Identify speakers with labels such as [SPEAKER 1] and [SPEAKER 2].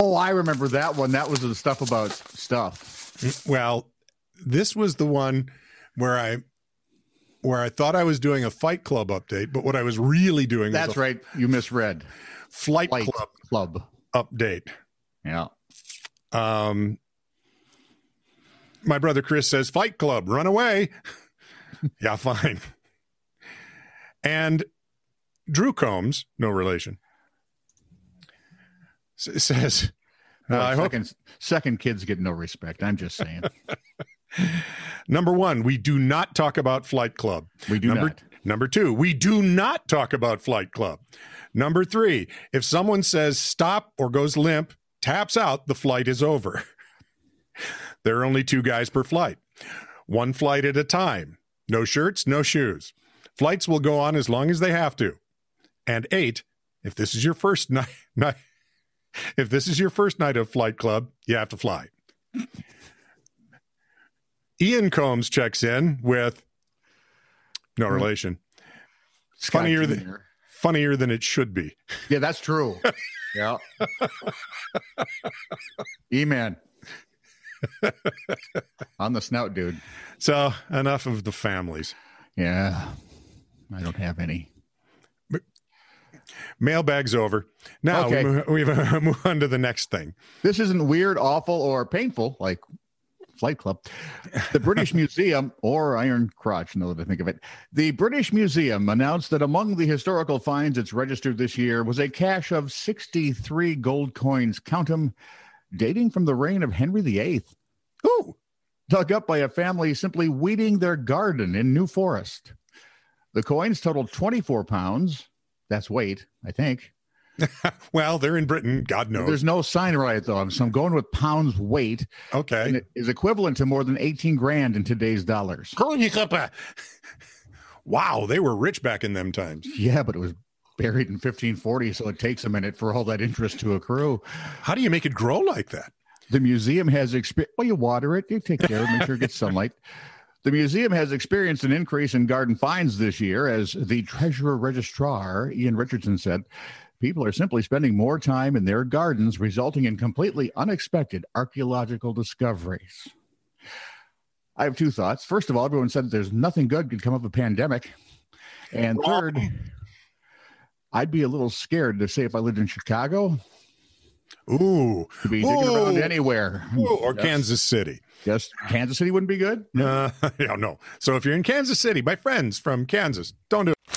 [SPEAKER 1] Oh, I remember that one. That was the stuff about stuff.
[SPEAKER 2] Well, this was the one where I where I thought I was doing a Fight Club update, but what I was really doing
[SPEAKER 1] That's
[SPEAKER 2] was
[SPEAKER 1] right. You misread.
[SPEAKER 2] a Flight,
[SPEAKER 1] Flight
[SPEAKER 2] Club
[SPEAKER 1] club.
[SPEAKER 2] update. Uh,
[SPEAKER 1] Yeah.
[SPEAKER 2] Um, my brother Chris says, "Fight Club, run away." yeah, fine. And Drew Combs, no relation, s- says, uh, "I hope
[SPEAKER 1] second, second kids get no respect. I'm just saying.
[SPEAKER 2] number one, we do not talk about Flight Club.
[SPEAKER 1] We do
[SPEAKER 2] number
[SPEAKER 1] not.
[SPEAKER 2] number two, we do not talk about Flight Club. Number three, if someone says stop or goes limp, taps out, the flight is over. there are only two guys per flight, one flight at a time. No shirts, no shoes. Flights will go on as long as they have to. And eight, if this is your first night, night if this is your first night of Flight Club, you have to fly. Ian Combs checks in with no relation.
[SPEAKER 1] Scott
[SPEAKER 2] Funnier than-
[SPEAKER 1] Jr..
[SPEAKER 2] Funnier than it should be.
[SPEAKER 1] Yeah, that's true. yeah. E man. I'm the snout dude.
[SPEAKER 2] So enough of the families.
[SPEAKER 1] Yeah. I don't have any.
[SPEAKER 2] Mailbag's over. Now
[SPEAKER 1] Okay.
[SPEAKER 2] we, move, we move on to the next thing.
[SPEAKER 1] This isn't weird, awful, or painful like Flight Club. The British Museum, or Iron Crotch, now that I think of it, the British Museum announced that among the historical finds it's registered this year was a cache of 63 gold coins, count 'em, dating from the reign of Henry VIII,
[SPEAKER 2] Ooh,
[SPEAKER 1] dug up by a family simply weeding their garden in New Forest. The coins totaled 24 pounds. That's weight, I think.
[SPEAKER 2] well, they're in Britain. God knows.
[SPEAKER 1] There's no sign right though, so I'm going with pounds weight. and
[SPEAKER 2] Okay.
[SPEAKER 1] it is equivalent to more than 18 grand in today's dollars.
[SPEAKER 2] Holy crap. uh, Wow, they were rich back in them times.
[SPEAKER 1] Yeah, but it was buried in 1540, so it takes a minute for all that interest to accrue.
[SPEAKER 2] How do you make it grow like that?
[SPEAKER 1] The museum has experienced, well, you water it, you take care of it, make sure it gets sunlight. The museum has experienced an increase in garden finds this year, as the treasurer registrar, Ian Richardson, said. People are simply spending more time in their gardens, resulting in completely unexpected archaeological discoveries. I have two thoughts. First of all, everyone said that there's nothing good could come of a pandemic. And third, I'd be a little scared to say if I lived in Chicago
[SPEAKER 2] Ooh,
[SPEAKER 1] to be digging around
[SPEAKER 2] Ooh.
[SPEAKER 1] anywhere.
[SPEAKER 2] Ooh, or
[SPEAKER 1] Yes.
[SPEAKER 2] Kansas City.
[SPEAKER 1] Yes, Kansas City wouldn't be good.
[SPEAKER 2] Uh, yeah, no. So if you're in Kansas City, my friends from Kansas, don't do it.